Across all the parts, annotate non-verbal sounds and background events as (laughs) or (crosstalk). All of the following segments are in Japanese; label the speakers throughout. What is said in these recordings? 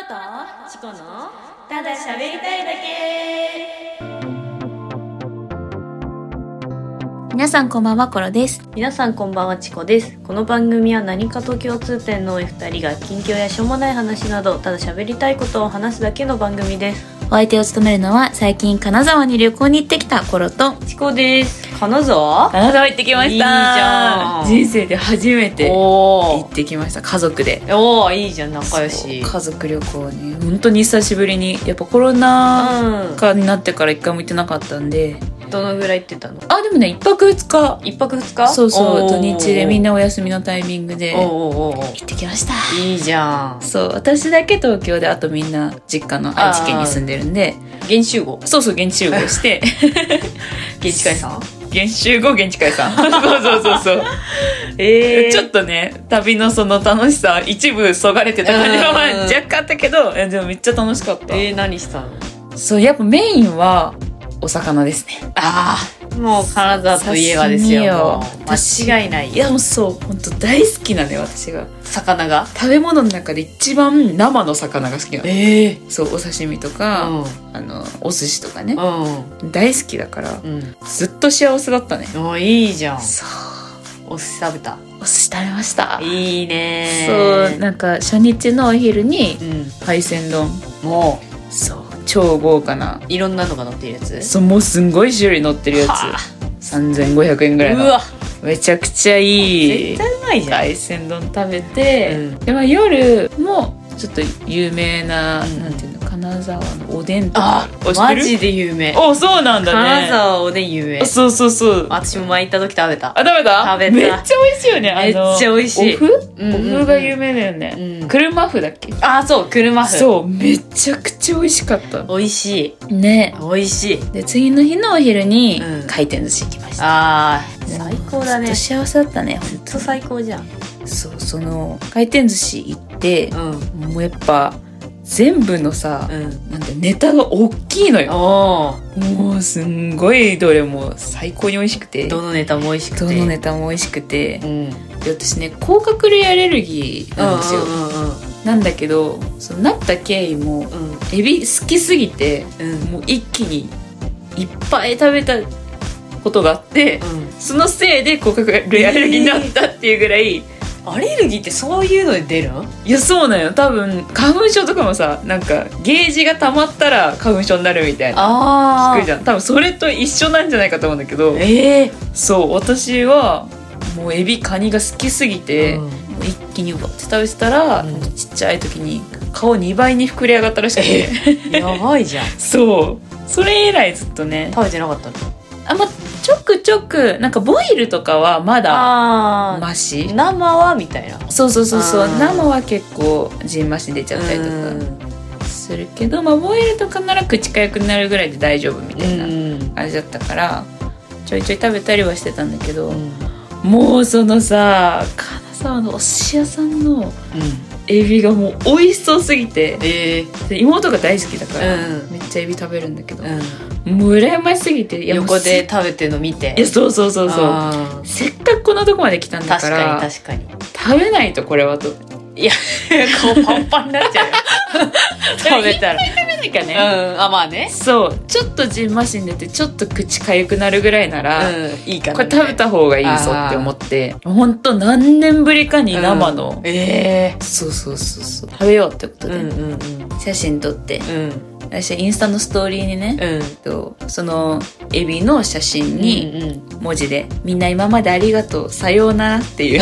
Speaker 1: とチコのただ喋りたいだけ
Speaker 2: 皆さんこんばんはコロです
Speaker 1: 皆さんこんばんはチコですこの番組は何かと共通点の多い2人が近況やしょうもない話などただ喋りたいことを話すだけの番組です
Speaker 2: お相手を務めるのは最近金沢に旅行に行ってきたコロと
Speaker 1: チコです金沢
Speaker 2: 金沢行ってきました
Speaker 1: いいじゃん
Speaker 2: 人生で初めて行
Speaker 1: お
Speaker 2: ってきました家族で
Speaker 1: ーおーいいじゃん仲良し
Speaker 2: そう家族旅行ね本当に久しぶりにやっぱコロナ
Speaker 1: う
Speaker 2: 禍になってから一回も行ってなかったんで
Speaker 1: んどのぐらい行ってたの
Speaker 2: あでもね一泊二日
Speaker 1: 一泊二日
Speaker 2: そうそう土日でみん
Speaker 1: な
Speaker 2: なお休みのタイミングで
Speaker 1: おー
Speaker 2: 行
Speaker 1: おーおーおー
Speaker 2: ってきました
Speaker 1: いいじゃん
Speaker 2: そう私だけ東京であとみんな実家の愛知県に住んでるんで
Speaker 1: 現集合
Speaker 2: そうそう現地集合して
Speaker 1: 現地解散
Speaker 2: 現地集合現地解 (laughs) 散そうそうそうそう、
Speaker 1: え
Speaker 2: ちょっとね旅のその楽しさ一部そがれてた感じはまあ
Speaker 1: うん
Speaker 2: 若干あったけどえでもめっちゃ楽しかった、
Speaker 1: えー、何したの
Speaker 2: そうやっぱメインはお魚ですね
Speaker 1: ああもう金沢といえばですよ
Speaker 2: 刺身よ
Speaker 1: もう間違いない
Speaker 2: いやもうそう本当大好きなんで私が
Speaker 1: 魚が
Speaker 2: 食べ物の中で一番生の魚が好きなの
Speaker 1: ええ
Speaker 2: そうお刺身と
Speaker 1: う
Speaker 2: か、
Speaker 1: ん
Speaker 2: あのお寿司とかね
Speaker 1: うん
Speaker 2: 大好きだから
Speaker 1: うん
Speaker 2: ずっと幸せだったね
Speaker 1: もういいじゃん
Speaker 2: そう
Speaker 1: お寿司食べた
Speaker 2: お寿司食べました
Speaker 1: いいね
Speaker 2: そうなんか初日のお昼に
Speaker 1: うん
Speaker 2: 海鮮丼
Speaker 1: も
Speaker 2: そう超豪華な
Speaker 1: ういろんなのが乗ってるやつ
Speaker 2: そうもうすんごい種類乗ってるや
Speaker 1: はあ
Speaker 2: つ3500円ぐらいうの
Speaker 1: わ
Speaker 2: めちゃくちゃ
Speaker 1: 絶
Speaker 2: いい
Speaker 1: 対うまいじゃん
Speaker 2: 海鮮丼食べて、
Speaker 1: うん
Speaker 2: でまあ、夜もちょっと有名な、
Speaker 1: うん
Speaker 2: なんていうの金沢のおでんとか
Speaker 1: あ
Speaker 2: お知ってる
Speaker 1: マジで有名
Speaker 2: おそうなんだね
Speaker 1: 金沢おでん有名
Speaker 2: あそうそうそうあ
Speaker 1: 私も前行った時食べた
Speaker 2: 食べた
Speaker 1: 食べた
Speaker 2: めっちゃ美味しいよねあ
Speaker 1: めっち
Speaker 2: の
Speaker 1: ゃ美味しい
Speaker 2: お
Speaker 1: う
Speaker 2: 麩、
Speaker 1: んうんうん
Speaker 2: お麩が有名だよね、
Speaker 1: うん
Speaker 2: 車麩だっけ
Speaker 1: あーそう車麩
Speaker 2: そうめちゃくちゃ美味しかった
Speaker 1: 美味しい
Speaker 2: ね
Speaker 1: 美味しい
Speaker 2: で次の日のお昼に
Speaker 1: うん
Speaker 2: 回転寿司行きました、
Speaker 1: あー最高だね
Speaker 2: ずっ
Speaker 1: ず
Speaker 2: と幸せだったね本
Speaker 1: っと最高じゃん
Speaker 2: 当そうその回転寿司行って
Speaker 1: う、ん
Speaker 2: もうやっぱ全部のさ、
Speaker 1: うん
Speaker 2: なんてネタが大きいのよ
Speaker 1: おお
Speaker 2: もうすんごいどれも最高に美味しくて
Speaker 1: どのネタも美味しくて
Speaker 2: どのネタも美味しくて
Speaker 1: うん
Speaker 2: で私ね甲殻類アレルギーなんですよ、
Speaker 1: うんうん
Speaker 2: なんだけどそのなった経緯も
Speaker 1: うん
Speaker 2: エビ好きすぎて
Speaker 1: うんうん
Speaker 2: もう一気にいっぱい食べたことがあって、そのせいで甲殻類アレルギーになったっていうぐらい、
Speaker 1: アレルギーってそういうので出るん
Speaker 2: いやそうなんよ多分花粉症とかもさなんかゲージが溜まったら花粉症になるみたいな
Speaker 1: あ
Speaker 2: 聞くじゃん多分それと一緒なんじゃないかと思うんだけど
Speaker 1: ええ
Speaker 2: そう私はもうエビカニが好きすぎて、
Speaker 1: うん
Speaker 2: もう一気にうわって食べてたら、
Speaker 1: うん
Speaker 2: ちっちゃい時に顔2倍に膨れ上がったらしくて、
Speaker 1: やばいじゃん
Speaker 2: (laughs) そうそれ以来ずっとね
Speaker 1: 食べてなかったの
Speaker 2: あまあちょくちょくなんかボイルとかはまだ
Speaker 1: あ
Speaker 2: マシ
Speaker 1: 生はみたいな
Speaker 2: そうそうそうそ
Speaker 1: あ
Speaker 2: う
Speaker 1: ー
Speaker 2: 生は結構ジンマシ出ちゃったりとかするけど、まあ、ボイルとかなら口かゆくなるぐらいで大丈夫みたいな感じだったから、ちょいちょい食べたりはしてたんだけど、もうそのさ金沢のお寿司屋さんのエビがもう美味しそうすぎて
Speaker 1: ええ
Speaker 2: で妹が大好きだから、
Speaker 1: うん
Speaker 2: めっちゃエビ食べるんだけど、もう羨ましすぎていやもう
Speaker 1: 横で
Speaker 2: せ
Speaker 1: 食べてるの見て
Speaker 2: いやそうそうそうそう
Speaker 1: あー
Speaker 2: せっかくこんなとこまで来たんだ
Speaker 1: 確
Speaker 2: か
Speaker 1: からに確かに
Speaker 2: 食べないとこれはと
Speaker 1: 顔パンパンになっちゃうよ食べたら
Speaker 2: 何かね、
Speaker 1: うんあまあね
Speaker 2: そうちょっとジンマシン出てちょっと口かゆくなるぐらいなら、
Speaker 1: うんいいかな
Speaker 2: これ食べた方がいいぞって思ってほんと何年ぶりかに生の、
Speaker 1: うんええ
Speaker 2: そうそうそうそう食べようってこと
Speaker 1: うん
Speaker 2: で、
Speaker 1: うんうん
Speaker 2: 写真撮って
Speaker 1: うん
Speaker 2: 私インスタのストーリーにね、
Speaker 1: うん
Speaker 2: とそのエビの写真に
Speaker 1: うんうん
Speaker 2: 文字で「みんな今までありがとうさようなら」っていう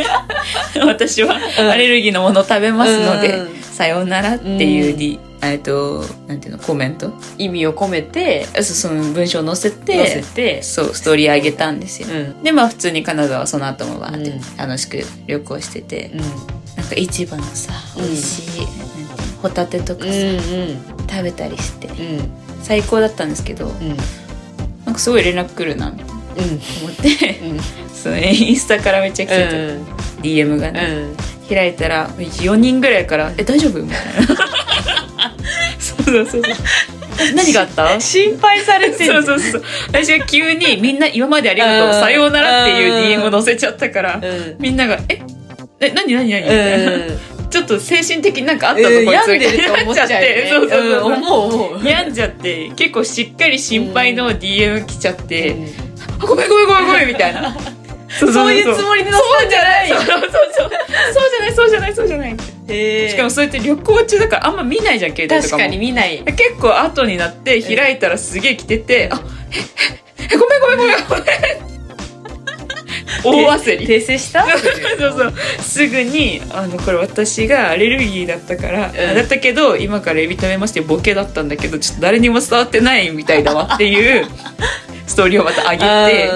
Speaker 2: (laughs) 私は
Speaker 1: うん
Speaker 2: アレルギーのものを食べますので、
Speaker 1: うん
Speaker 2: さようならっていうに、えっとなんていうのコメント
Speaker 1: 意味を込めて
Speaker 2: そその文章を載せて
Speaker 1: 載せて
Speaker 2: そうストーリー上げたんですよ、
Speaker 1: うん
Speaker 2: でまあ普通に金沢はその後もわーっ
Speaker 1: うん
Speaker 2: て楽しく旅行してて、
Speaker 1: うん
Speaker 2: なんか市場のさ
Speaker 1: う
Speaker 2: 美
Speaker 1: ん
Speaker 2: 味しい、なんていうのホタテとかさ、
Speaker 1: うん
Speaker 2: 食べたりして
Speaker 1: うん
Speaker 2: 最高だったんですけど
Speaker 1: うん
Speaker 2: なんかすごい連絡来るなみたいな
Speaker 1: うん
Speaker 2: 思って、 (laughs)
Speaker 1: うん
Speaker 2: そのインスタからめっちゃ来てて、DM がね、
Speaker 1: うん
Speaker 2: 開いたら4人ぐらいから「え大丈夫?」みたいな (laughs) そうそうそうそう何があった
Speaker 1: 心配されて
Speaker 2: そ
Speaker 1: る
Speaker 2: うそうそう私が急に「みんな今までありがと
Speaker 1: う
Speaker 2: うんさようなら」っていう
Speaker 1: うん
Speaker 2: DM を載せちゃったから
Speaker 1: うん
Speaker 2: みんなが「ええ何何何?」みたいな
Speaker 1: う
Speaker 2: 「 (laughs) ちょっと精神的になんかあったぞ、
Speaker 1: うん
Speaker 2: こいつ
Speaker 1: 病んでると思っちゃうよね
Speaker 2: (laughs) 病んじゃってそうそうそう、
Speaker 1: うん思う思う
Speaker 2: 病んじゃって結構しっかり心配の DM 来ちゃって、
Speaker 1: うん
Speaker 2: あごめんごめんごめんごめんみたい
Speaker 1: (laughs)
Speaker 2: なそ
Speaker 1: そういうつ
Speaker 2: も
Speaker 1: もりで乗ったんじゃない
Speaker 2: そうそうそうそうじゃないそうじゃないそうじゃない、
Speaker 1: へー
Speaker 2: しかもそうやって旅行中だからあんま見ないじゃん携帯と
Speaker 1: 確
Speaker 2: かも
Speaker 1: かに見ない
Speaker 2: 結構後になって開いたらすげえ来てて、あえええごめんごめんごめん
Speaker 1: (laughs)
Speaker 2: (laughs) ごめん大焦り
Speaker 1: 訂正した
Speaker 2: (laughs) そうそうすぐにあのこれ私がアレルギーだったから、だったけど今からエビ食べますっていうボケだったんだけどちょっと誰にも伝わってないみたいだわっていう
Speaker 1: (laughs)
Speaker 2: ストーリーをまた上げて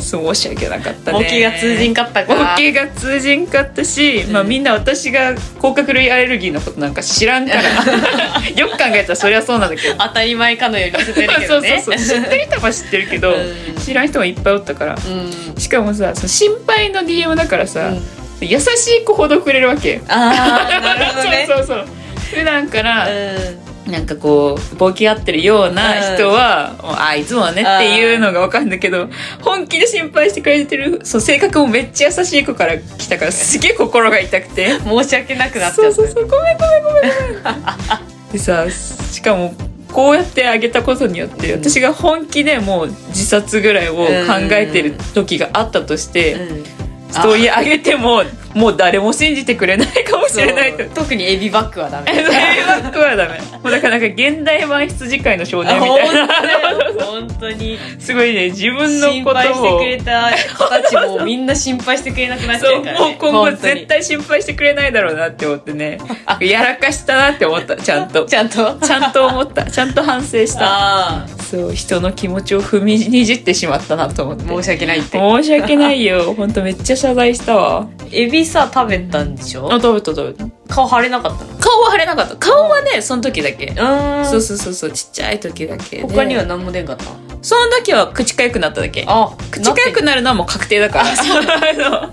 Speaker 2: そう申し訳なかったね
Speaker 1: ボケが通じんかった
Speaker 2: ボ
Speaker 1: か
Speaker 2: ケが通じんかったし、
Speaker 1: うん
Speaker 2: まあ、みんな私が甲殻類アレルギーのことなんか知らんから
Speaker 1: (laughs)
Speaker 2: よく考えたらそりゃそうなんだけど
Speaker 1: 当たり前かのようにしてるけど
Speaker 2: そうそう
Speaker 1: ね
Speaker 2: そう知ってる人は知ってるけど、
Speaker 1: うん
Speaker 2: 知らん人もいっぱいおったから
Speaker 1: うん
Speaker 2: しかもさその心配の DM だからさ、
Speaker 1: うん
Speaker 2: 優しい子ほどくれるわけ
Speaker 1: ああなるほどね
Speaker 2: (laughs) そうそうそう普段から、
Speaker 1: うん
Speaker 2: なんかこうボケ合ってるような人は、もうあいつもねっていうのがわかるんだけど本気で心配してくれてるそう性格もめっちゃ優しい子から来たからすげえ心が痛くて
Speaker 1: 申し訳なくなっち
Speaker 2: そ
Speaker 1: ゃ
Speaker 2: う
Speaker 1: った
Speaker 2: そうそうごめんごめんごめんごめん (laughs) でさしかもこうやってあげたことによって、
Speaker 1: うん
Speaker 2: 私が本気でもう自殺ぐらいを考えてる時があったとして、
Speaker 1: うん
Speaker 2: ストーリー上げてももう誰も信じてくれないかもしれないと
Speaker 1: そう特にエビバッグはダメ
Speaker 2: それは僕はダメもうだからなんか現代版羊飼いの少年みたいな
Speaker 1: 本当に
Speaker 2: すごいね自分の
Speaker 1: 心
Speaker 2: こと
Speaker 1: 配して
Speaker 2: を
Speaker 1: くれた人たちもみんな心配してくれなくなっち
Speaker 2: そ
Speaker 1: ゃ
Speaker 2: う
Speaker 1: うからね
Speaker 2: もう今後
Speaker 1: 本当に
Speaker 2: 絶対心配してくれないだろうなって思ってねやらかしたなって思ったちゃんと
Speaker 1: ちゃんと
Speaker 2: ちゃんと思ったちゃんと反省した
Speaker 1: あ
Speaker 2: そう人の気持ちを踏みにじってしまったなと思って
Speaker 1: あ申し訳ないって
Speaker 2: 申し訳ないよ本当めっちゃ謝罪したわ
Speaker 1: エビさ食べたんでしょ
Speaker 2: あ食べた食べた
Speaker 1: 顔腫れなかったの
Speaker 2: 顔は腫れなかった顔はねその時だけ
Speaker 1: う
Speaker 2: そうそうそうそうちっちゃい時だけで
Speaker 1: 他には何も出んかった
Speaker 2: その時は口かゆくなっただけ
Speaker 1: あ
Speaker 2: 口かゆくなるのはもう確定だから (laughs) あの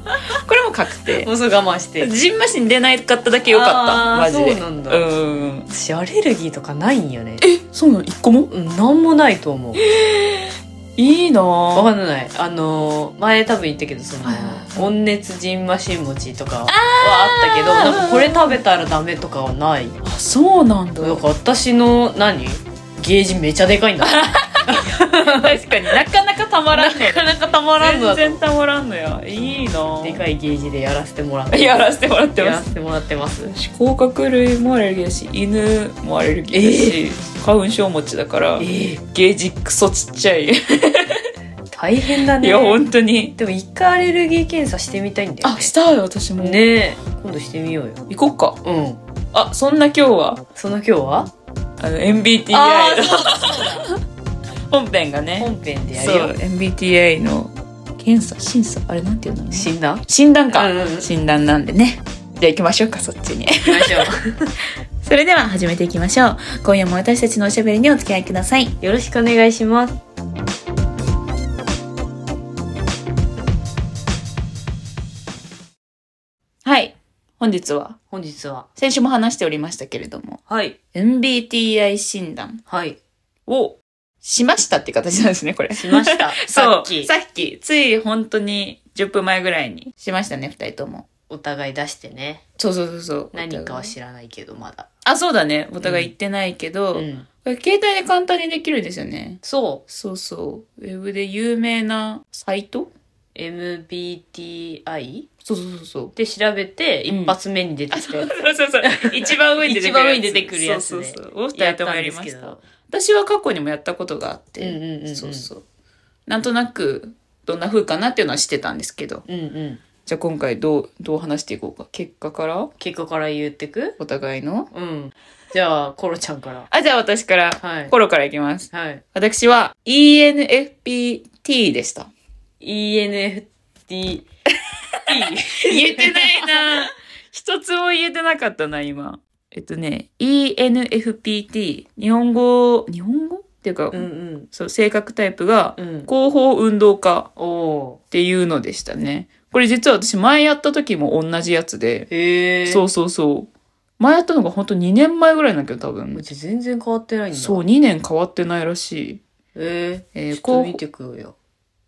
Speaker 2: これも確定
Speaker 1: もうそう我慢して
Speaker 2: (laughs) ジンマシン出ないかっただけよかった
Speaker 1: あー
Speaker 2: マジで
Speaker 1: そうなんだ
Speaker 2: うん
Speaker 1: 私アレルギーとかないんよね
Speaker 2: えそうなの一個も
Speaker 1: うんなんもないと思う
Speaker 2: いいなぁ
Speaker 1: わかんないあのー前多分言ったけどその
Speaker 2: はいはい
Speaker 1: 温熱ジンマシン餅とかはあったけどなんかこれ食べたらダメとかはない
Speaker 2: あそうなんだ
Speaker 1: なんか私の何ゲージめちゃでかいんだ
Speaker 2: (laughs) 確かになかなかたまらんの
Speaker 1: なかなかたまらんのだ
Speaker 2: 全
Speaker 1: と
Speaker 2: 然たまらんのやいいなぁ
Speaker 1: でかいゲージでやらせてもらって
Speaker 2: やらせてもらって
Speaker 1: や
Speaker 2: ま
Speaker 1: ら
Speaker 2: す
Speaker 1: せてもらってます
Speaker 2: 私甲殻類もアレルギーだし犬もアレルギーだし、花粉症持ちだから
Speaker 1: ええ
Speaker 2: ゲージクソちっちゃい、
Speaker 1: 大変だ
Speaker 2: い
Speaker 1: ね
Speaker 2: や本当に
Speaker 1: でも一回アレルギー検査してみたいんだよ
Speaker 2: あしたよ私も
Speaker 1: ねえ今度してみようよ
Speaker 2: 行こっか
Speaker 1: うん
Speaker 2: あそんな今日は
Speaker 1: その今日は
Speaker 2: あの MBTI
Speaker 1: あー
Speaker 2: の本編がね
Speaker 1: 本編でや
Speaker 2: そ
Speaker 1: る
Speaker 2: う
Speaker 1: よ
Speaker 2: MBTI の検査審査あれなんていうの
Speaker 1: 診断
Speaker 2: 診断か、
Speaker 1: うんうん
Speaker 2: 診断なんでねじゃあ行きましょうかそっちに
Speaker 1: 行きましょ
Speaker 2: (laughs) それでは始めていきましょう今夜も私たちのおしゃべりにお付き合いください
Speaker 1: (laughs)
Speaker 2: う
Speaker 1: よろしくお願いします
Speaker 2: はい本日は
Speaker 1: 本日は
Speaker 2: 先週も話しておりましたけれども
Speaker 1: はい
Speaker 2: MBTI 診断
Speaker 1: はい
Speaker 2: をしましたって形なんですねこれ
Speaker 1: しました
Speaker 2: (laughs) そ
Speaker 1: さ
Speaker 2: う
Speaker 1: っき
Speaker 2: さっきつい本当に10分前ぐらいにしましたね2人とも
Speaker 1: お互い出してね
Speaker 2: そうそうそうそう
Speaker 1: 何かは
Speaker 2: し
Speaker 1: 知らないけどまだ
Speaker 2: あそうだねお互い行ってないけど、
Speaker 1: うん
Speaker 2: これ携帯で簡単にできるんですよね
Speaker 1: そう
Speaker 2: そうそうウェブで有名なサイト
Speaker 1: MBTI
Speaker 2: そうそうそうそう
Speaker 1: で調べて
Speaker 2: うん
Speaker 1: 一発目に出てきたやつ
Speaker 2: そうそうそう (laughs) 一番上に出てくるやつ
Speaker 1: 一番上に出てくるやつ
Speaker 2: そう
Speaker 1: で
Speaker 2: そうそうお二人ともやりました
Speaker 1: やっ
Speaker 2: 私は過去にもやったことがあって、
Speaker 1: うんうんうんうん
Speaker 2: そうそうなんとなくどんな風かなっていうのは知ってたんですけど
Speaker 1: たんですけどうんうん
Speaker 2: じゃあ今回どうどう話していこうか結果から
Speaker 1: 結果から言ってく
Speaker 2: お互いの
Speaker 1: うんじゃあコロちゃんから
Speaker 2: あじゃあ私から、
Speaker 1: はい
Speaker 2: コロからいきます
Speaker 1: はい
Speaker 2: 私は ENFPT でした
Speaker 1: ENFT
Speaker 2: (laughs) 言えてないな一つも言えてなかったな、今。えっとね、ENFPT、日本語、日本語っていうか、
Speaker 1: (laughs) うんうん
Speaker 2: そう、性格タイプが、
Speaker 1: うん
Speaker 2: 広報運動家
Speaker 1: おお
Speaker 2: っていうのでしたね。これ実は私前やった時も同じやつで、
Speaker 1: ーへえ
Speaker 2: そううそうそう。前やったのが本当2年前ぐらいなんだけど、多分
Speaker 1: う。ち全然変わってないんだ
Speaker 2: そう、2年変わってないらしい。
Speaker 1: え
Speaker 2: え
Speaker 1: え
Speaker 2: ー
Speaker 1: ちょっと
Speaker 2: 広
Speaker 1: 見
Speaker 2: 報
Speaker 1: てくよ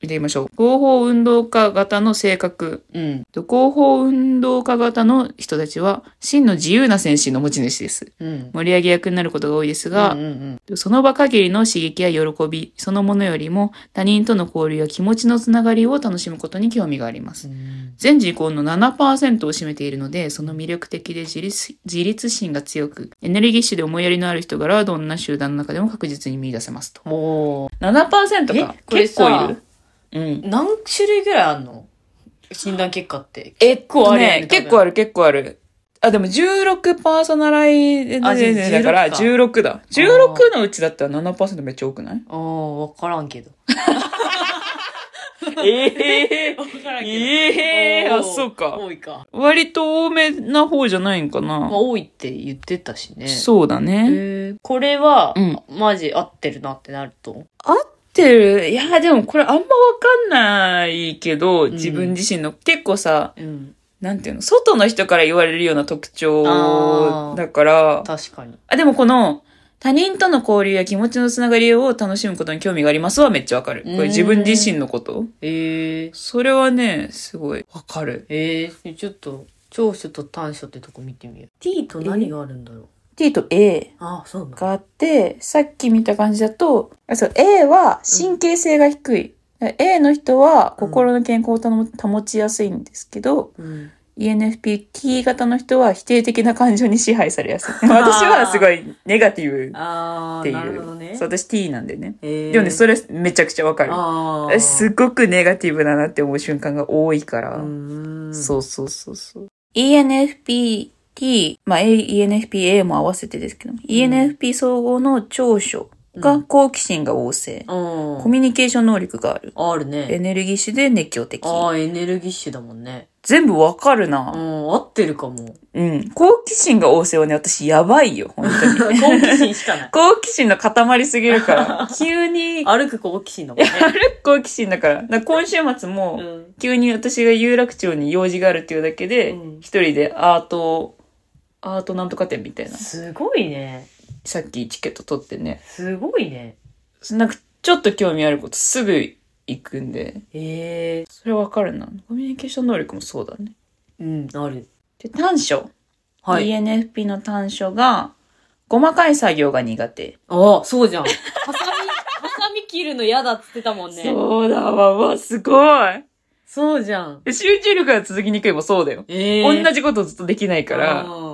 Speaker 2: 見てみましょう。広報運動家型の性格。
Speaker 1: うん。
Speaker 2: 広報運動家型の人たちは、真の自由な精神の持ち主です。
Speaker 1: うん。
Speaker 2: 盛り上げ役になることが多いですが
Speaker 1: うん、うん
Speaker 2: その場限りの刺激や喜び、そのものよりも他人との交流や気持ちのつながりを楽しむことに興味があります
Speaker 1: う。ん。
Speaker 2: 全人口の7%を占めているので、その魅力的で自立自立心が強く、エネルギッシュで思いやりのある人柄はどんな集団の中でも確実に見出せますと。
Speaker 1: も
Speaker 2: 7%か
Speaker 1: えこれ
Speaker 2: 結構
Speaker 1: さ
Speaker 2: いる。うん。
Speaker 1: う、何種類ぐらいあんの診断結果って。
Speaker 2: えっ
Speaker 1: 構あるよね
Speaker 2: ね、結構ある、結構ある。あ、でも16パーソナライズ
Speaker 1: あじゃあ
Speaker 2: だから
Speaker 1: 16
Speaker 2: 16だ。16のうちだったら7%めっちゃ多くない
Speaker 1: ああ、わからんけど。
Speaker 2: ええ
Speaker 1: わから
Speaker 2: ええあ、そうか。
Speaker 1: 多いか。
Speaker 2: 割と多めな方じゃないんかな。
Speaker 1: まあ、多いって言ってたしね。
Speaker 2: そうだね。
Speaker 1: へーこれは、
Speaker 2: うん
Speaker 1: マジ合ってるなってなると。
Speaker 2: ってる。いや、でもこれあんまわかんないけど、
Speaker 1: ん
Speaker 2: 自分自身の結構さ、
Speaker 1: うん。
Speaker 2: なんていうの、外の人から言われるような特
Speaker 1: あ
Speaker 2: 徴
Speaker 1: ー
Speaker 2: だから、
Speaker 1: 確かに。
Speaker 2: あ、でもこの、他人との交流や気持ちのつながりを楽しむことに興味がありますはめっちゃわかる。こ
Speaker 1: うん
Speaker 2: れ自分自身のこと
Speaker 1: ええ
Speaker 2: それはね、すごいわかる。
Speaker 1: ええちょっと、長所と短所ってとこ見てみよう。T と何があるんだろう。
Speaker 2: T と A
Speaker 1: ああ、そうなんだ。
Speaker 2: があって、さっき見た感じだと、あそう A は神経性が低い。A の人は心の健康をたの保ちやすいんですけど、
Speaker 1: うん。
Speaker 2: ENFP-T 型の人は否定的な感情に支配されや (laughs) すい。私はすごいネガティブ
Speaker 1: あ
Speaker 2: って
Speaker 1: あ、
Speaker 2: い
Speaker 1: なるほど
Speaker 2: う。
Speaker 1: ね
Speaker 2: そう、。私 T なんでね。
Speaker 1: ええ
Speaker 2: でもね、それめちゃくちゃわかる。
Speaker 1: ああ。
Speaker 2: 私すごくネガティブだなって思う瞬間が多いから。
Speaker 1: うん。
Speaker 2: そうそうそうそう。ENFPT、まあ、A- ENFPA も合わせてですけど、ENFP 総合の長所
Speaker 1: う
Speaker 2: が
Speaker 1: ん
Speaker 2: 好奇心が旺盛、
Speaker 1: うん。
Speaker 2: コミュニケーション能力がある、
Speaker 1: ある
Speaker 2: エ
Speaker 1: ね。
Speaker 2: ネルギッシュで熱狂的。
Speaker 1: ああ、エネルギッシュだもんね。
Speaker 2: 全部わかる
Speaker 1: うん、
Speaker 2: な。
Speaker 1: 合ってるか
Speaker 2: (laughs)
Speaker 1: も。
Speaker 2: うん。好奇心が旺盛はね、私やばいよ、本 (laughs) 当
Speaker 1: 好
Speaker 2: に。
Speaker 1: 奇心しか
Speaker 2: (laughs)
Speaker 1: ない。
Speaker 2: 好奇心の塊すぎる (laughs) から、急に、
Speaker 1: 歩く好奇心だもんね。
Speaker 2: 歩く好奇心だから、だから今週末も、
Speaker 1: うん。
Speaker 2: 急に私が有楽町に用事があるっていうだけで、
Speaker 1: うん
Speaker 2: 一人でアート、アートなんとか展みたいな。
Speaker 1: すごいね。
Speaker 2: さっきチケット取ってね。
Speaker 1: すごいね。
Speaker 2: なんかちょっと興味あることすぐ行くんで、
Speaker 1: ええ
Speaker 2: それわかるな。コミュニケーション能力もそうだね。
Speaker 1: うん、ある。
Speaker 2: で、短所。
Speaker 1: はい。
Speaker 2: ENFP の短所が、細かい作業が苦手。
Speaker 1: ああ、そうじゃん。ハ (laughs) サミ、ハサミ切るの嫌だっつってたもんね。そう
Speaker 2: そうだわ、わ、すごい。
Speaker 1: じゃん。
Speaker 2: 集中力が続きにくいもそうだよ。
Speaker 1: ええ
Speaker 2: 同じことずっとできないから、
Speaker 1: あ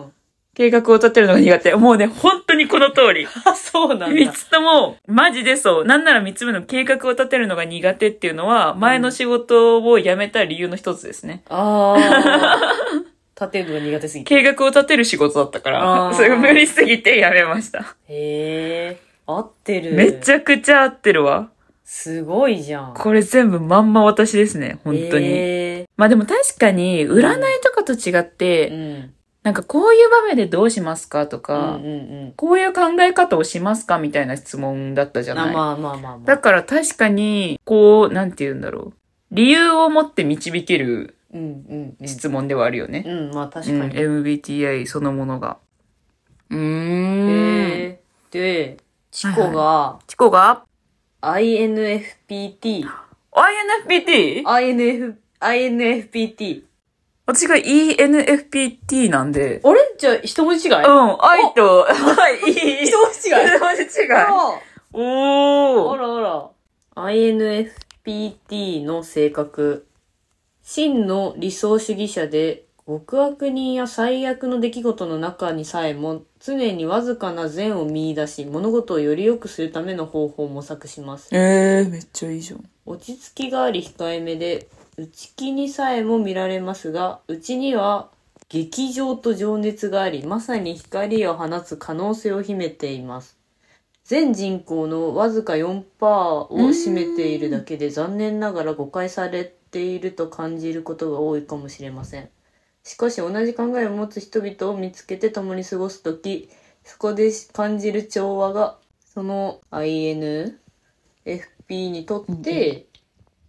Speaker 2: 計画を立てるのが苦手。もうね、本当にこの通り。
Speaker 1: あ、そうなん
Speaker 2: 三
Speaker 1: だ。
Speaker 2: つとも、マジでそう。なんなら三つ目の計画を立てるのが苦手っていうのは、前の仕事を辞めた理由の一つですね。
Speaker 1: あ (laughs) あ。立てるのが苦手すぎて。
Speaker 2: 計画を立てる仕事だったか
Speaker 1: あ
Speaker 2: ら、
Speaker 1: ー
Speaker 2: (laughs) それが無理すぎて辞めました。
Speaker 1: へえ合ってる。
Speaker 2: めち
Speaker 1: ゃ。
Speaker 2: ゃくちゃ合ってるわ。
Speaker 1: すごいじゃん。
Speaker 2: これ全部まんま私ですね、本当に。
Speaker 1: え
Speaker 2: まあでも確かに、占いとかと違っ
Speaker 1: え
Speaker 2: て、
Speaker 1: うん。
Speaker 2: なんかこういう場面でどうしますかとか、
Speaker 1: うんうん
Speaker 2: こういう考え方をしますかみたいな質問だったじ
Speaker 1: う
Speaker 2: ゃ
Speaker 1: ん。
Speaker 2: な
Speaker 1: あ
Speaker 2: い
Speaker 1: まあまあまあま
Speaker 2: だ
Speaker 1: あ。
Speaker 2: から確かに、こう、なんて言うんだろう。理由を持って導ける
Speaker 1: うんうんうん。
Speaker 2: 質問ではあるよね。
Speaker 1: うん、まあ確
Speaker 2: う
Speaker 1: か
Speaker 2: ん、
Speaker 1: に。
Speaker 2: MBTI そのものが。うーん。
Speaker 1: えーで、チコが
Speaker 2: チコが
Speaker 1: INFPT、
Speaker 2: ?INFPT?
Speaker 1: INF、INFPT。
Speaker 2: 私が ENFPT なんで。
Speaker 1: あれじゃあ、一文字違い
Speaker 2: うん、I と、
Speaker 1: (laughs)
Speaker 2: はい、E。
Speaker 1: 一文字違い
Speaker 2: (laughs) 人文字違い。
Speaker 1: あ
Speaker 2: おー。
Speaker 1: らあら。INFPT の性格。真の理想主義者で、極悪人や最悪の出来事の中にさえも、常にわずかな善を見出し、物事をより良くするための方法を模索します。
Speaker 2: えー、めっちゃいいじゃん。
Speaker 1: 落ち着きがあり控えめで内気にさえも見られますが内には劇場と情熱がありまさに光を放つ可能性を秘めています全人口のわずか4%を占めているだけで残念ながら誤解されていると感じることが多いかもしれませんしかし同じ考えを持つ人々を見つけて共に過ごす時そこで感じる調和がその IN FP にとって、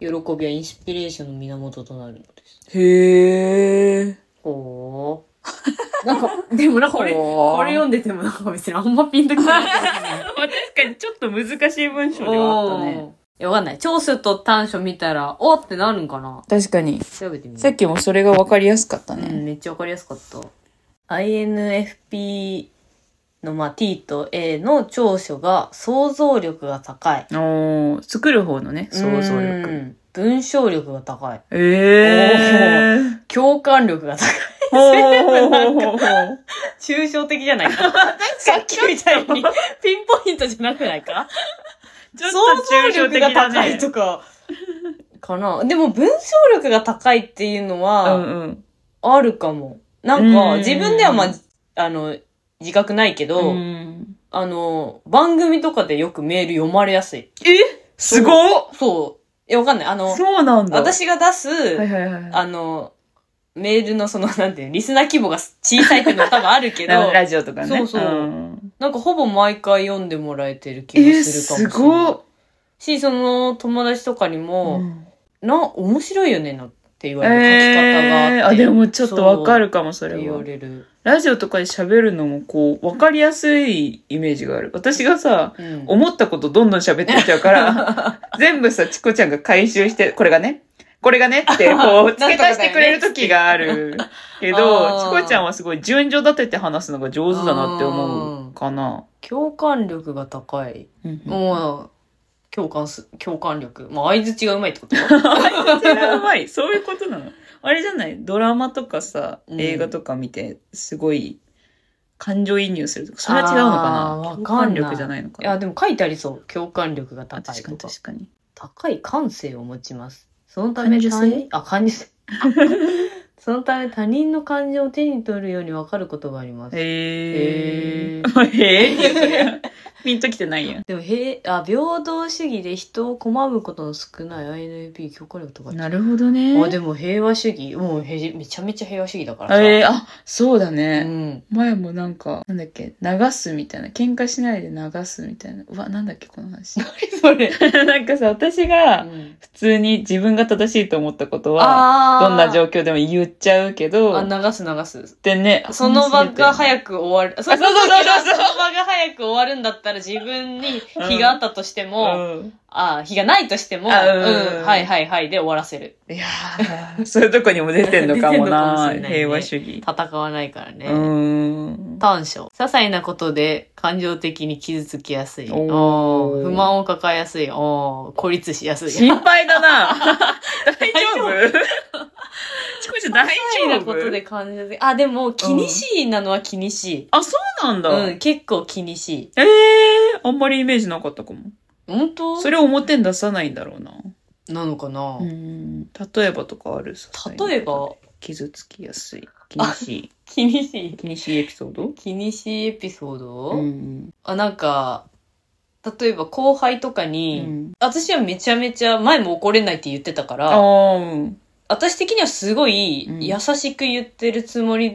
Speaker 1: 喜びやインスピレーションの源となるのです。
Speaker 2: へー。
Speaker 1: ほう。 (laughs) なんか、でもなんかこれ、
Speaker 2: ほう
Speaker 1: これ読んでて
Speaker 2: (laughs)
Speaker 1: もなんか別にあんまピンときない。
Speaker 2: 確かにちょっと難しい文章ではあったね。
Speaker 1: おいや、わかんない。長所と短所見たら、おってなるんかな
Speaker 2: 確かに。
Speaker 1: 調べてみよう
Speaker 2: さっきもそれが分かりやすかった
Speaker 1: う
Speaker 2: ね。
Speaker 1: ん、めっちゃわかりやすかった。INFP の、まあ、T と A の長所が想像力が高い。
Speaker 2: おー作る方のね、想像
Speaker 1: う
Speaker 2: 力。
Speaker 1: ん。文章力が高い。
Speaker 2: えー。
Speaker 1: 共感力が高い。 (laughs)
Speaker 2: ほう
Speaker 1: 部なんか
Speaker 2: ほ
Speaker 1: (laughs)
Speaker 2: うほうほう
Speaker 1: 抽象的じゃない
Speaker 2: (laughs)
Speaker 1: か。さっきみたいにピンポイントじゃなくないか
Speaker 2: (laughs) ちょっと抽象的だね。
Speaker 1: とか。かな。でも文章力が高いっていうの
Speaker 2: うん
Speaker 1: は、
Speaker 2: うん。
Speaker 1: あるかも。なんか、
Speaker 2: うん
Speaker 1: 自分ではまあ、あの、自覚ないけど、
Speaker 2: うん
Speaker 1: あの、番組とかでよくメール読まれやすい。
Speaker 2: えすごっ
Speaker 1: そう。いや、わかんない。あの、
Speaker 2: そうなんだ。
Speaker 1: 私が出す、
Speaker 2: はいはいはい。
Speaker 1: あの、メールのその、なんていうの、リスナー規模が小さいっていうのは多分あるけ
Speaker 2: (laughs)
Speaker 1: ど、
Speaker 2: ララジオとかね。
Speaker 1: そうそうんなんかほぼ毎回読んでもらえてる
Speaker 2: え
Speaker 1: 気が
Speaker 2: ー
Speaker 1: する
Speaker 2: す
Speaker 1: かもしれない。
Speaker 2: ごっ
Speaker 1: し、その友達とかに
Speaker 2: う
Speaker 1: も、
Speaker 2: ん
Speaker 1: な、面白いよねなって言われる
Speaker 2: えー
Speaker 1: 書き方があっ
Speaker 2: あ、
Speaker 1: て。
Speaker 2: でもちょっとわかるかも、そ
Speaker 1: っ
Speaker 2: れ
Speaker 1: て言わ
Speaker 2: は。
Speaker 1: れる。
Speaker 2: ラジオとかで喋るのも、こう、わかりやすいイメージがある。私がさ、
Speaker 1: うん。
Speaker 2: 思ったことどんどん喋ってっちゃ
Speaker 1: (laughs)
Speaker 2: うから、全部さ、チコちゃんが回収して、これがね、これがねって、こう、付け足してくれる時があるけど、
Speaker 1: あー
Speaker 2: チコちゃんはすごい順序立てて話すのが上手だなって思うかな。
Speaker 1: 共感力が高い。
Speaker 2: うんうん
Speaker 1: もう、共感す、共感力。まあ、相槌がうまいってこと (laughs)
Speaker 2: それはうまい。そういうことなの。あれじゃないドラマとかさ、
Speaker 1: うん
Speaker 2: 映画とか見て、すごい、感情移入するとか、それは違うの
Speaker 1: あーわか
Speaker 2: かなん
Speaker 1: ない
Speaker 2: 共感力じゃないのか
Speaker 1: い
Speaker 2: な
Speaker 1: や、でも書いてありそう。共感力が
Speaker 2: あ
Speaker 1: 高い
Speaker 2: 確か
Speaker 1: と
Speaker 2: に
Speaker 1: か。
Speaker 2: 確かに。
Speaker 1: 高い感性を持ちます。そのため
Speaker 2: 感受性
Speaker 1: 他人あ、感受
Speaker 2: (laughs)
Speaker 1: 性。そのため他人の感情を手に取るように分かることがあります。
Speaker 2: へ
Speaker 1: へ
Speaker 2: ー。 (laughs) へー (laughs) そりゃ。ピンときてないやん。
Speaker 1: でも平あ平等主義で人を拒むことの少ない INFP 許可力とか
Speaker 2: なるほどね。
Speaker 1: あでも平和主義もうへめちゃめちゃ平和主義だからさ、
Speaker 2: えー、あ、そうだね。 (laughs)
Speaker 1: うん、
Speaker 2: 前もなんか、なんだっけ、流すみたいな。喧嘩しないで流すみたいな。うわ、なんだっけ、この
Speaker 1: (laughs)
Speaker 2: 話。
Speaker 1: それ、
Speaker 2: なんかさ、私が、普通に自分が正しいと思ったことは、
Speaker 1: あ
Speaker 2: どんな状
Speaker 1: 況
Speaker 2: 況でも言っちゃうけど、
Speaker 1: あ流す流す
Speaker 2: でね、
Speaker 1: その場が
Speaker 2: く。
Speaker 1: 早く終わるそ
Speaker 2: そうそうそうそ
Speaker 1: その
Speaker 2: う
Speaker 1: 場が早く終わるんだったら自分に非があったとしても、
Speaker 2: うん
Speaker 1: あ非がないとしても、
Speaker 2: あうん
Speaker 1: うんはいはいはいで終わらせる
Speaker 2: いやーそういうとこにも出てんのか
Speaker 1: (laughs) 出てん
Speaker 2: もな
Speaker 1: のかもしれないね
Speaker 2: 平和主義。
Speaker 1: 戦わないからね、
Speaker 2: うーん。
Speaker 1: 短所。些細なことで感情的に傷つきやすい。
Speaker 2: おー
Speaker 1: おー不満を抱えやすい。おー孤立しやすい。些
Speaker 2: 心配
Speaker 1: (laughs)
Speaker 2: だな大丈夫チコちゃん大
Speaker 1: 細な
Speaker 2: 丈
Speaker 1: こ
Speaker 2: 夫
Speaker 1: とで感情的。あ、でも、気にしいなのは気にしい。
Speaker 2: あ、そうなんだ。
Speaker 1: うん、結構気にしい。
Speaker 2: ええー、あんまりイメージなかったかも。
Speaker 1: 本当
Speaker 2: それを表に出さないんだろうな。
Speaker 1: なのかな、
Speaker 2: うん。例えばとかある
Speaker 1: 例え。ば、
Speaker 2: 傷つきやすい。気にしい。
Speaker 1: 気にしい。
Speaker 2: 気にしいエピソード
Speaker 1: 気にしいエピソード、
Speaker 2: うん。
Speaker 1: あ、なんか、例えば後輩とか
Speaker 2: う
Speaker 1: に、
Speaker 2: ん。
Speaker 1: 私はめちゃめちゃ前も怒れないって言ってたか
Speaker 2: あ
Speaker 1: ら、
Speaker 2: あ、うん。
Speaker 1: 私的にはすごい
Speaker 2: うん
Speaker 1: 優しく言ってるつもり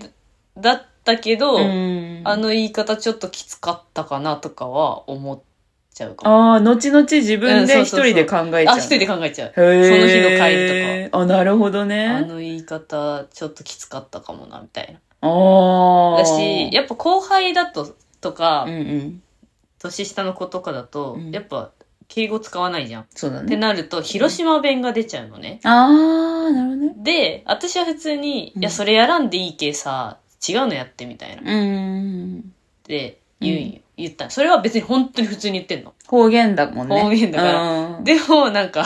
Speaker 1: だったけど、
Speaker 2: うん
Speaker 1: あの言い方ちょっときつかったかなとかは思っちゃうかも。
Speaker 2: ああ、後々自分で
Speaker 1: うん
Speaker 2: 一
Speaker 1: そうそうそう
Speaker 2: 人で考えちゃう。
Speaker 1: あ、一人で考えちゃう。
Speaker 2: へー
Speaker 1: その日の帰り
Speaker 2: あ、なるほど
Speaker 1: あ
Speaker 2: ね。
Speaker 1: の言い方ちょっときつかったかもな、みたい
Speaker 2: あ
Speaker 1: な。
Speaker 2: あ。
Speaker 1: だし、やっぱ後輩だと、とか、
Speaker 2: うんうん。
Speaker 1: 年下の子とかだと、
Speaker 2: うん
Speaker 1: やっぱ敬語使わないじゃん。っ
Speaker 2: そうだ
Speaker 1: て
Speaker 2: ね。
Speaker 1: なると、広島弁が出ちゃうのね。
Speaker 2: ああ、なるほどね。
Speaker 1: で、私は普通に、
Speaker 2: うん
Speaker 1: いや、それやらんでいいけさ、違うのやってみたいな。っ
Speaker 2: うん。
Speaker 1: て言うんよ。言った。それは別に本当に普通に言ってんの。
Speaker 2: 方言だもんね。
Speaker 1: 方言だから
Speaker 2: ら
Speaker 1: でも、なんか、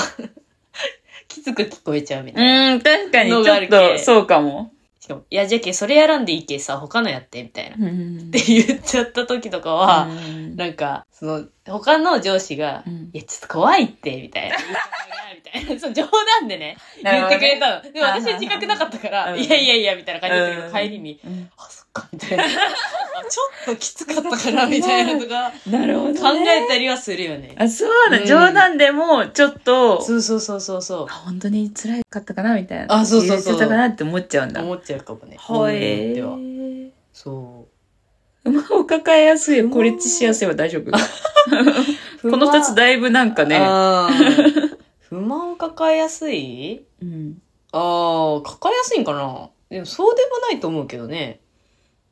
Speaker 1: (laughs) きつく聞こえちゃうみたいな。
Speaker 2: うん、確かに、ち
Speaker 1: のがあ
Speaker 2: ょっ
Speaker 1: る
Speaker 2: と、
Speaker 1: け
Speaker 2: そうかも。
Speaker 1: しかも、いや、じゃけ、それやらんでいいけさ、他のやって、みたいな。っ
Speaker 2: うん
Speaker 1: て言っちゃった時とかは、なんか、その、他の上司が、
Speaker 2: うん
Speaker 1: いや、ちょっと怖いって、みた
Speaker 2: (laughs)
Speaker 1: いな。みたいな。そう、冗談でね、言ってくれたの。でも
Speaker 2: はいはい
Speaker 1: 私は自覚なかったか
Speaker 2: う
Speaker 1: ら、
Speaker 2: ん
Speaker 1: いやいやいや、みたいな感じだったけど、
Speaker 2: うん
Speaker 1: 帰りに、
Speaker 2: うん
Speaker 1: あ、そっか、みた (laughs) いな。あちょっときつかったか (laughs) な、みたいなとか、
Speaker 2: なるほど、ね。
Speaker 1: 考えたりはするよね。
Speaker 2: あ、そうだ、
Speaker 1: うん
Speaker 2: 冗談でも、ちょっと、
Speaker 1: そうそうそうそうそ
Speaker 2: あ本当に辛かったかな、みたいな。
Speaker 1: あそうそうそう
Speaker 2: 言えてたかなって思っちゃうん
Speaker 1: う。
Speaker 2: だ。
Speaker 1: 思っちゃうかもね。
Speaker 2: は
Speaker 1: 本人によ
Speaker 2: い
Speaker 1: っては。そう。
Speaker 2: 馬を抱えやすい、孤立しやすいは大丈夫。この二つだいぶなんかね。
Speaker 1: あー不満を抱えやすい
Speaker 2: うん
Speaker 1: ああ、抱えやすいんかなでもそうでもないと思うけどね。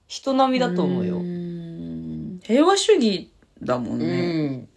Speaker 1: 人並みだと思うよ。
Speaker 2: ーん平和主義だもん
Speaker 1: う
Speaker 2: ね。
Speaker 1: ん。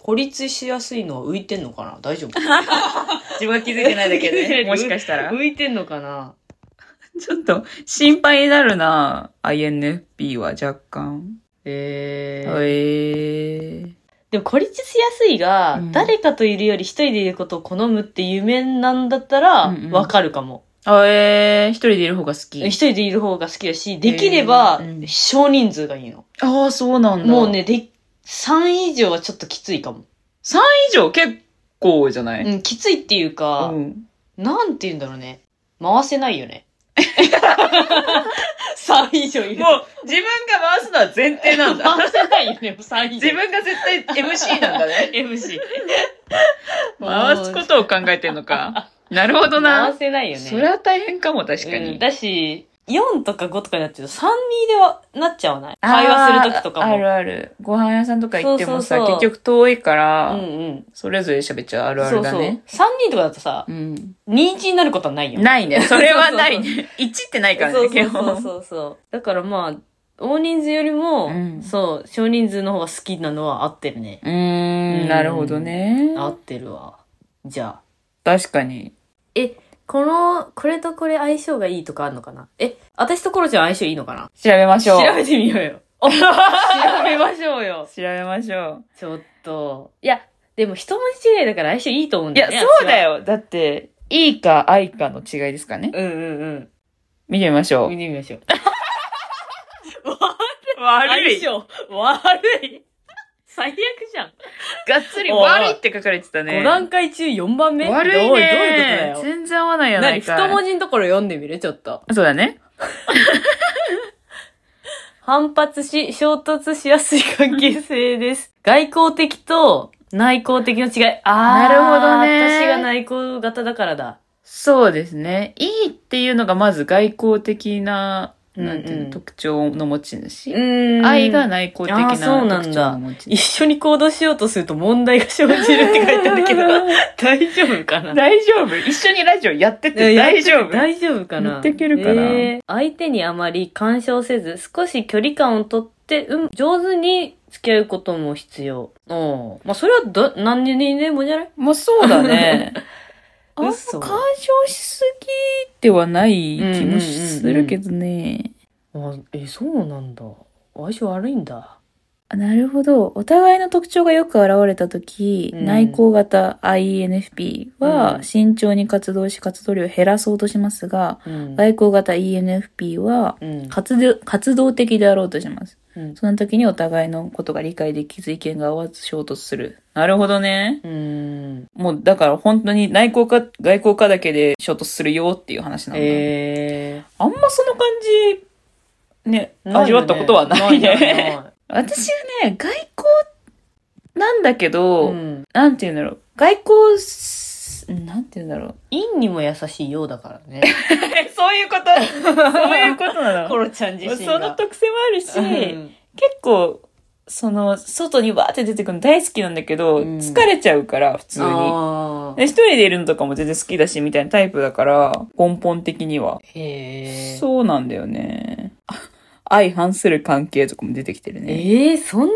Speaker 1: 孤立しやすいのは (laughs) 浮いてんのかな大丈夫
Speaker 2: (laughs) 自分は気づいてないだけ
Speaker 1: 気づいてな (laughs)
Speaker 2: で、
Speaker 1: い
Speaker 2: ね、もしかしたら。
Speaker 1: 浮いてんのかな
Speaker 2: (laughs) ちょっと心配になるな INFP は若干。
Speaker 1: えー
Speaker 2: へえ。
Speaker 1: でも孤立しやすいが、
Speaker 2: うん
Speaker 1: 誰かといるより一人でいることを好むって夢なんだったら
Speaker 2: うんうん
Speaker 1: わかるかも、
Speaker 2: あえー、一人でいる方が好き
Speaker 1: 一。人でいる方が好きだしできれば
Speaker 2: うんうん
Speaker 1: 少人数がいいの、
Speaker 2: ああ、そうなんだ。
Speaker 1: もう。ねで3以上はちょっときついかも、
Speaker 2: 以上結構じゃない
Speaker 1: うん、きついっていうか、
Speaker 2: ん。
Speaker 1: なんて言うんだろうね回せないよ (laughs) ね3以上いる
Speaker 2: もう、自分が回すのは前提なん (laughs) だ。
Speaker 1: 回せないよね3以上
Speaker 2: 自分が絶対 MC なんだ (laughs) ね。
Speaker 1: MC
Speaker 2: 回すことを考えてんのか。 (laughs) なるほどな。
Speaker 1: 回せないよね
Speaker 2: それは大変かも、確かに。
Speaker 1: うんだし、4とか5とかになっちゃうと、3、2ではなっちゃわない会話するときとか
Speaker 2: あーあ
Speaker 1: も。
Speaker 2: るある。ご飯屋さんとか行ってもさ、
Speaker 1: そうそうそう
Speaker 2: 結局遠いから、
Speaker 1: うんうん。
Speaker 2: それぞれ喋っちゃうあるあ
Speaker 1: そ
Speaker 2: る
Speaker 1: う
Speaker 2: だ
Speaker 1: そう。3
Speaker 2: ね。
Speaker 1: 人とかだとさ、
Speaker 2: うん。
Speaker 1: 2、1になることはないよ。
Speaker 2: ない (laughs) ね。それはないね。一ってないから
Speaker 1: そ
Speaker 2: ね、
Speaker 1: うそう
Speaker 2: 基本。
Speaker 1: そうそうそう。だからまあ、大人数よりも、
Speaker 2: うん
Speaker 1: そう、少人数の方が好きなのは合ってるね。
Speaker 2: うーん、なるほどね。
Speaker 1: 合ってるわ。じゃあ。
Speaker 2: 確かに。
Speaker 1: え、この、これとこれ相性がいいとかあるのかなえ、私とコロちゃん相性いいのかな
Speaker 2: 調べましょう。
Speaker 1: 調べてみよう (laughs) よ。調べましょうよ。
Speaker 2: 調べましょ
Speaker 1: ちょっと。いや、でも一文字違いだから相性いいと思うん
Speaker 2: う。い
Speaker 1: だよ
Speaker 2: や、
Speaker 1: ね。
Speaker 2: そうだ
Speaker 1: よ。
Speaker 2: よ。だって、いいか愛かの違いですかね。
Speaker 1: うんうん
Speaker 2: 見てみまし
Speaker 1: う
Speaker 2: ょ
Speaker 1: ん。見てみましょう。
Speaker 2: う。悪い。
Speaker 1: 相性悪い。最悪じゃん。
Speaker 2: がっつり悪いって書かれてたね。
Speaker 1: 5段階中4番目
Speaker 2: 悪いね
Speaker 1: どうどういうことだよ。
Speaker 2: 全然合わないやな
Speaker 1: 何
Speaker 2: いか。
Speaker 1: 一文字のところ読んでみるちょっと。
Speaker 2: そうだね。
Speaker 1: 反発し、衝突しやすい関係性 (laughs) です。外交的と内向的の違い。あー。
Speaker 2: なるほどね
Speaker 1: 私が内向型だからだ。
Speaker 2: そうですね。いいっていうのがまず外交的な、なんていうの、
Speaker 1: うんうん
Speaker 2: 特徴の持ち主。
Speaker 1: ー
Speaker 2: 愛が内向的
Speaker 1: あ
Speaker 2: な
Speaker 1: ーそうなんだ
Speaker 2: 特徴の持ち (laughs)
Speaker 1: 一
Speaker 2: 主。
Speaker 1: 緒に行動しようとすると問題が生じるって書いてあるけど、大丈夫か (laughs) な
Speaker 2: 大丈夫一緒にラジオやってて大丈夫
Speaker 1: 大丈夫かな
Speaker 2: やってけるかな
Speaker 1: えー相手にあまり干渉せず、少し距離感をとって、うん、上手に付き合うことも必要。うん。まあ、それはど、何にでもじゃない
Speaker 2: まあそうだ (laughs) ね。あんま干
Speaker 1: 嘘
Speaker 2: 渉しすぎではない気もするけどね。
Speaker 1: あ、え、そうなんだ。相性悪いんだ。
Speaker 2: あなるほど。お互いの特徴がよく現れたとき、
Speaker 1: うん
Speaker 2: 内向型 INFP
Speaker 1: う
Speaker 2: は
Speaker 1: ん
Speaker 2: 慎重に活動し活動量を減らそうとしますが、
Speaker 1: うん。
Speaker 2: 外向型 ENFP は
Speaker 1: うん。
Speaker 2: 活動活動的であろうとします。
Speaker 1: うん
Speaker 2: その時にお互いのことが理解できず意見が合わず衝突する。なるほどね。
Speaker 1: うん。
Speaker 2: もうだから本当に内向か外向かだけで衝突するよっていう話なんだ。
Speaker 1: え
Speaker 2: あんまその感じ、ね、
Speaker 1: ー。
Speaker 2: 味わったことはないね。
Speaker 1: なないない
Speaker 2: (laughs) 私はね、外交なんだけど、
Speaker 1: うん。
Speaker 2: なんて言うんだろう。外交す、なんて言うんだろう。
Speaker 1: 陰にも優しいようだからね。
Speaker 2: え、そういうことそういうことな
Speaker 1: コ
Speaker 2: の
Speaker 1: ロちゃん自身が。
Speaker 2: その特性もあるし、
Speaker 1: うん
Speaker 2: 結構、その、外にわーって出てくるの大好きなんだけど、
Speaker 1: うん
Speaker 2: 疲れちゃうから、普通に。
Speaker 1: あー
Speaker 2: で一人でいるのとかも全然好きだし、みたいなタイプだから、根本的には。
Speaker 1: へー
Speaker 2: そうなんだよね。 (laughs) 相反する関係とかも出てきてるね。
Speaker 1: えー、そんなに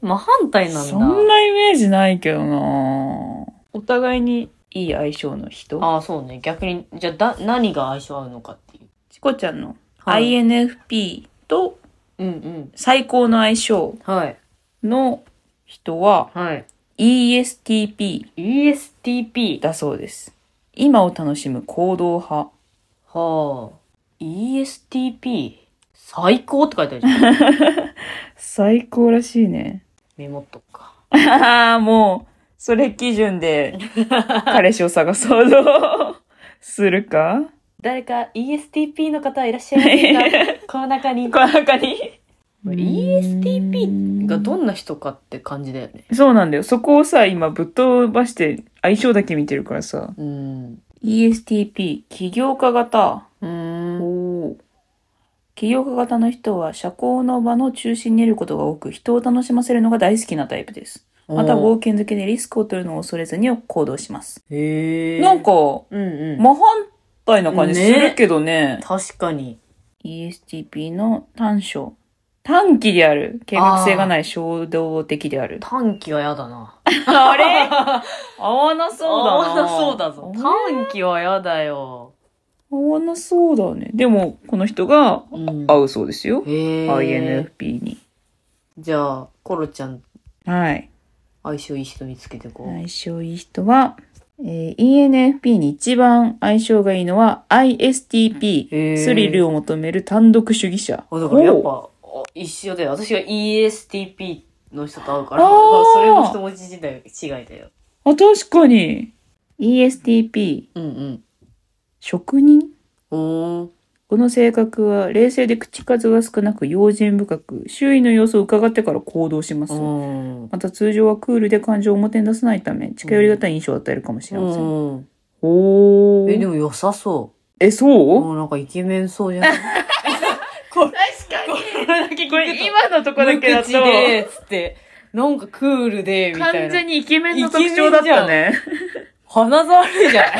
Speaker 1: 真反対なんだ。
Speaker 2: そんなイメージないけどなお互いにいい相性の人
Speaker 1: ああ、そうね。逆に、じゃあだ、何が相性合うのかっていう。
Speaker 2: チコちゃんの
Speaker 1: はい
Speaker 2: INFP と
Speaker 1: うんうん。
Speaker 2: 最高の相性
Speaker 1: はい。
Speaker 2: の人は
Speaker 1: はい。
Speaker 2: ESTP
Speaker 1: ESTP。
Speaker 2: だそうです。今を楽しむ行動派。
Speaker 1: はあ。ESTP。最高って書いてある
Speaker 2: (laughs)
Speaker 1: じゃん。
Speaker 2: 最高らしいね。 (laughs)
Speaker 1: メモっとくか。
Speaker 2: ああ、もう、それ基準で (laughs) 彼氏を探そうとするか
Speaker 1: 誰か ESTP の方いらっしゃいませ
Speaker 2: (laughs)
Speaker 1: んかこの中に。
Speaker 2: (laughs) この中に。
Speaker 1: ESTP がど
Speaker 2: ん
Speaker 1: んな人かって感じだよね。
Speaker 2: そうなんだよ。そこをさ、今ぶっ飛ばして相性だけ見てるからさ。
Speaker 1: うん。
Speaker 2: ESTP、起業家型。
Speaker 1: うーん。
Speaker 2: おー起業家型の人は社交の場の中心にいることが多く、人を楽しませるのが大好きなタイプです。また冒険づけでリスクを取るのを恐れずに行動します。
Speaker 1: へえ。
Speaker 2: なんか、、
Speaker 1: うんうん。
Speaker 2: 真反対な感じするけどね。
Speaker 1: 確かに。
Speaker 2: ESTP の短所。短期である。計画性がない衝動的である。
Speaker 1: 短期はやだな。
Speaker 2: あれ (laughs) 合わなそうだな。
Speaker 1: 合わな (laughs) そうだぞ。短期はやだよ。
Speaker 2: 合わなそうだね。でも、この人が
Speaker 1: うん
Speaker 2: 合うそうですよ。
Speaker 1: へえ。
Speaker 2: INFP に。
Speaker 1: じゃあ、コロちゃん、
Speaker 2: はい。
Speaker 1: 相性いい人見つけてこう。
Speaker 2: 相性いい人は、えー ENFP に一番相性がいいのは ISTP。
Speaker 1: へー
Speaker 2: スリルを求める単独主義者。
Speaker 1: あだからやっ
Speaker 2: おう
Speaker 1: ぱ、あ一緒だよ。私が ESTP の人と会うから、
Speaker 2: あー
Speaker 1: それも人文字時代違いだよ。
Speaker 2: あ、確かに。ESTP、
Speaker 1: うん
Speaker 2: 職人
Speaker 1: うん。おー。
Speaker 2: この性格は冷静で口数が少なく用心深く、周囲の様子を伺ってから行動します。
Speaker 1: うん。
Speaker 2: また通常はクールで感情を表に出さないため、近寄りがたい印象を与えるかもしれません。
Speaker 1: うん。
Speaker 2: お
Speaker 1: え、で
Speaker 2: ー。
Speaker 1: も良さそ
Speaker 2: え、
Speaker 1: う。
Speaker 2: そう
Speaker 1: もうなんかイケメンそうじゃ (laughs) ない確かに。これだけ聞くと
Speaker 2: これ今のとこだけだと、
Speaker 1: 無口で、つって。なんかクールで、みたいな。(laughs)
Speaker 2: 完全にイケメンの特徴だったね。
Speaker 1: 鼻触るじゃない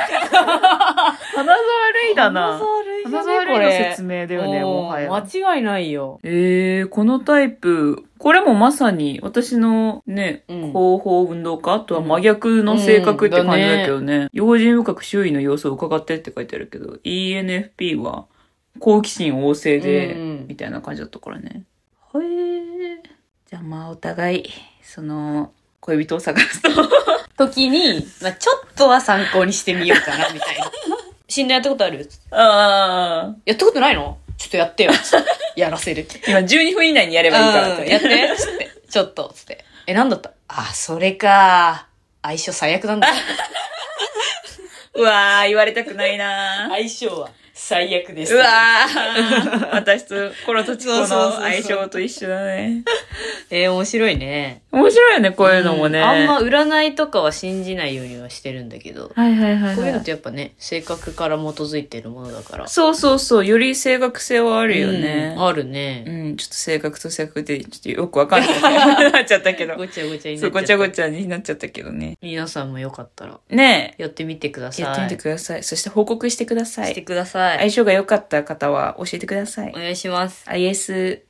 Speaker 2: (laughs) 鼻悪いだな。
Speaker 1: 鼻
Speaker 2: 鼻
Speaker 1: 触る
Speaker 2: 悪い
Speaker 1: じゃ
Speaker 2: の
Speaker 1: ないこれ。
Speaker 2: 説明だよね、
Speaker 1: おー
Speaker 2: もはや。
Speaker 1: 間違いないよ。
Speaker 2: えー、このタイプ、これもまさに私のね、
Speaker 1: うん
Speaker 2: 広報運動家とは真逆の性格って感じだけどね。用心深く周囲の様子を伺ってって書いてあるけど、ENFP は好奇心旺盛で、
Speaker 1: うん
Speaker 2: みたいな感じだったからね。へえ。じゃあまあお互い、その、恋人を探すと。 (laughs)
Speaker 1: 時に、まあ、ちょっとは参考にしてみようか (laughs) な、みたいな。診断やったことある
Speaker 2: ああ。
Speaker 1: やったことないのちょっとやって (laughs) よ。つってやらせる。
Speaker 2: 今12分以内にやればいいから
Speaker 1: うん、やって、つって。ちょっと、つって。え、なんだったあ、それか。相性最悪なんだ。
Speaker 2: (laughs) うわー、言われたくないな
Speaker 1: (laughs) 相
Speaker 2: ー。
Speaker 1: 性は最悪で
Speaker 2: うわー私とコロとチコ
Speaker 1: そ
Speaker 2: の
Speaker 1: うそうそうそう
Speaker 2: 相性と一緒だね。
Speaker 1: えー面白いね。
Speaker 2: 面白いよね、こういうのもね。
Speaker 1: んあんま占いとかは信じないようにはしてるんだけど。
Speaker 2: はいはいはい
Speaker 1: こういう
Speaker 2: は
Speaker 1: のっ
Speaker 2: い。
Speaker 1: てやっぱね、性格から基づいてるものだから。
Speaker 2: そうそうそう、より正確性はあるよね
Speaker 1: うん。ある
Speaker 2: う
Speaker 1: ね。
Speaker 2: ん、ちょっと性格と性格でちょっとよくわかん (laughs) ないなっちゃったけど。
Speaker 1: ごちゃごちゃになっちゃ
Speaker 2: そう、ごちゃご
Speaker 1: ゃ。
Speaker 2: ちゃになっちゃったけどね。
Speaker 1: 皆さんもよかったら、
Speaker 2: ね
Speaker 1: やってみてくだ
Speaker 2: え、
Speaker 1: さい。
Speaker 2: やってみてください。そして報告してくださ
Speaker 1: して
Speaker 2: い。
Speaker 1: ください。
Speaker 2: 相性が良かった方は教えてください
Speaker 1: お。願いします。
Speaker 2: ISTP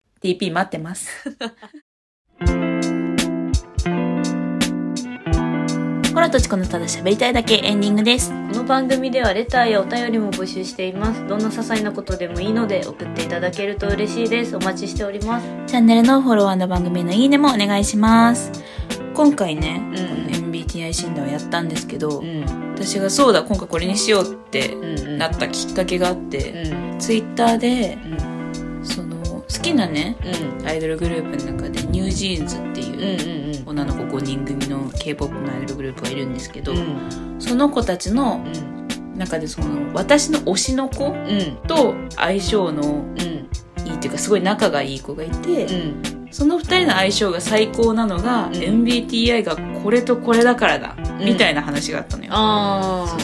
Speaker 2: 待って (laughs) ます。コロとチコのただ喋りたいだけエンディングです。
Speaker 1: この番組ではレターやお便りも募集しています。どんな些細なことでもいいので送っていただけると嬉しいです。お待ちしております。
Speaker 2: チャンネルのフォロワーの番組のいいねもお願いします。今回ね、
Speaker 1: ん
Speaker 2: この MBTI 診断をやったんですけど、
Speaker 1: ん。
Speaker 2: 私がそうだ、今回これにしようって
Speaker 1: うん。
Speaker 2: なったきっかけがあって、
Speaker 1: ん。
Speaker 2: ツイッターで、
Speaker 1: うん。
Speaker 2: その、好きなね、
Speaker 1: うん。
Speaker 2: アイドルグループの中で、ニュージーンズっていう、
Speaker 1: ん。うん。
Speaker 2: 女の子5人組の K-POP のアイドルグループがいるんですけど、
Speaker 1: うん。
Speaker 2: その子たちの
Speaker 1: うん。
Speaker 2: 中でその私の推しの子
Speaker 1: うん。
Speaker 2: と相性の
Speaker 1: うん。
Speaker 2: いいっていうかすごい仲がいい子がいて、
Speaker 1: うん。
Speaker 2: その2人の相性が最高なのが、
Speaker 1: うん
Speaker 2: MBTI がこれとこれだからだ、
Speaker 1: ん
Speaker 2: みたいな話があったのよ。
Speaker 1: あ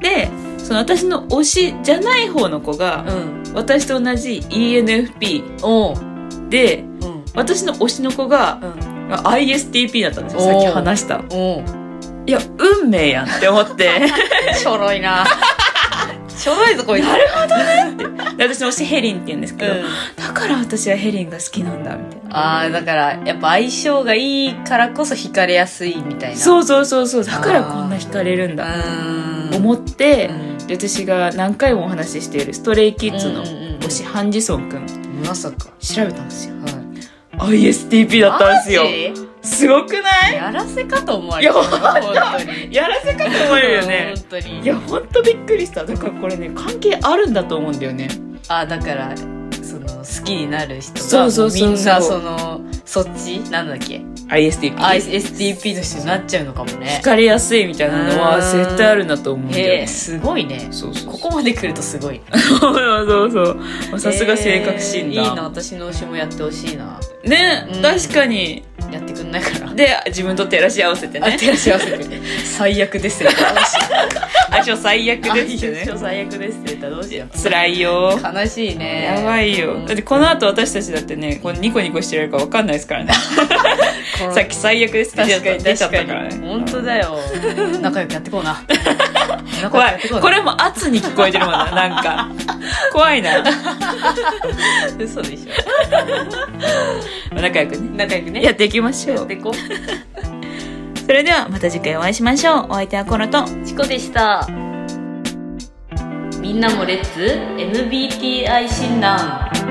Speaker 2: でその私の推しじゃない方の子
Speaker 1: あ。
Speaker 2: が、
Speaker 1: ん。
Speaker 2: 私と同じ ENFP
Speaker 1: おう。
Speaker 2: で
Speaker 1: うん。
Speaker 2: 私の推しの子が
Speaker 1: うん。
Speaker 2: ISTP だったんですよ
Speaker 1: お
Speaker 2: さ
Speaker 1: ー
Speaker 2: っき話した
Speaker 1: おう。
Speaker 2: いや運命やんって思って
Speaker 1: (laughs) ちょろいな。 (laughs) ちょろいぞ、こいつ。なる
Speaker 2: で私の推しヘリンって言うんですけど、だから私はヘリンが好きなんだみたいな
Speaker 1: ああ、だから、やっぱ相性がいいからこそ惹かれやすいみたいな。う。
Speaker 2: そうそうそうそうだからこんな惹かれるん
Speaker 1: う
Speaker 2: だ
Speaker 1: ーん。
Speaker 2: 思って、
Speaker 1: うん
Speaker 2: で私が何回もお話ししているストレイキッズの
Speaker 1: うんうんうん
Speaker 2: 推しハンジソンくん調
Speaker 1: まさか。
Speaker 2: べたんですよ
Speaker 1: は
Speaker 2: ISTP だったんですよ
Speaker 1: よ。
Speaker 2: すごくない
Speaker 1: やらせかと思われた。
Speaker 2: いや
Speaker 1: 本当に。
Speaker 2: やらせかと思えるよね
Speaker 1: 本当に。
Speaker 2: いやほんとびっくりしただからこれね関係あるんだと思うんだよね
Speaker 1: あ、だから、その、好きになる人が、
Speaker 2: そうそうそうそう
Speaker 1: みんな、その、そっちなんだっけ
Speaker 2: ISTP
Speaker 1: ?ISTP の人になっちゃうのかもね
Speaker 2: 惹。かれやすいみたいなの
Speaker 1: う
Speaker 2: は
Speaker 1: ん
Speaker 2: 絶対あるんだと思うんだよ
Speaker 1: へ
Speaker 2: ね
Speaker 1: え、すごいね。
Speaker 2: そうそうそう
Speaker 1: ここまで来るとすごい。
Speaker 2: そう (laughs) そうそう
Speaker 1: (laughs)
Speaker 2: まあさすが性格
Speaker 1: え
Speaker 2: 診
Speaker 1: ーいいな、
Speaker 2: 断、
Speaker 1: 私の推しもやってほしいな。
Speaker 2: ね、
Speaker 1: うん
Speaker 2: 確かに
Speaker 1: やってくんないから。
Speaker 2: で自分と照らし合わせて
Speaker 1: (laughs) あ、
Speaker 2: ね
Speaker 1: 照らし合わせて。最悪ですよ。どうしよ
Speaker 2: 相性最悪
Speaker 1: う
Speaker 2: です
Speaker 1: (laughs) あ
Speaker 2: よ
Speaker 1: 一
Speaker 2: ね
Speaker 1: 緒最悪ですって言ったらどうしよう。
Speaker 2: 辛いよ
Speaker 1: 悲しいね。
Speaker 2: やばいよ
Speaker 1: うん
Speaker 2: だってこの後私たちだってねこのニコニコしてるか分かんないですからね
Speaker 1: この
Speaker 2: さっき最悪ですって
Speaker 1: 確かに
Speaker 2: 出ちゃ
Speaker 1: 確
Speaker 2: ったか
Speaker 1: からに。
Speaker 2: ね
Speaker 1: 本当だ (laughs) よ。 (laughs) 仲良くやってこうな。仲良く
Speaker 2: 怖
Speaker 1: やっ
Speaker 2: い
Speaker 1: てこうな。
Speaker 2: (laughs) これも圧に聞こえてるもんななんか怖い (laughs) な
Speaker 1: 嘘でし
Speaker 2: 仲良く
Speaker 1: ょ
Speaker 2: ね
Speaker 1: 仲良くね
Speaker 2: やっていきましょ
Speaker 1: やっ
Speaker 2: う
Speaker 1: てこ
Speaker 2: それではまた次回お会いしましょうお相手はコロと
Speaker 1: チコでしたみんなもレッツ MBTI 診断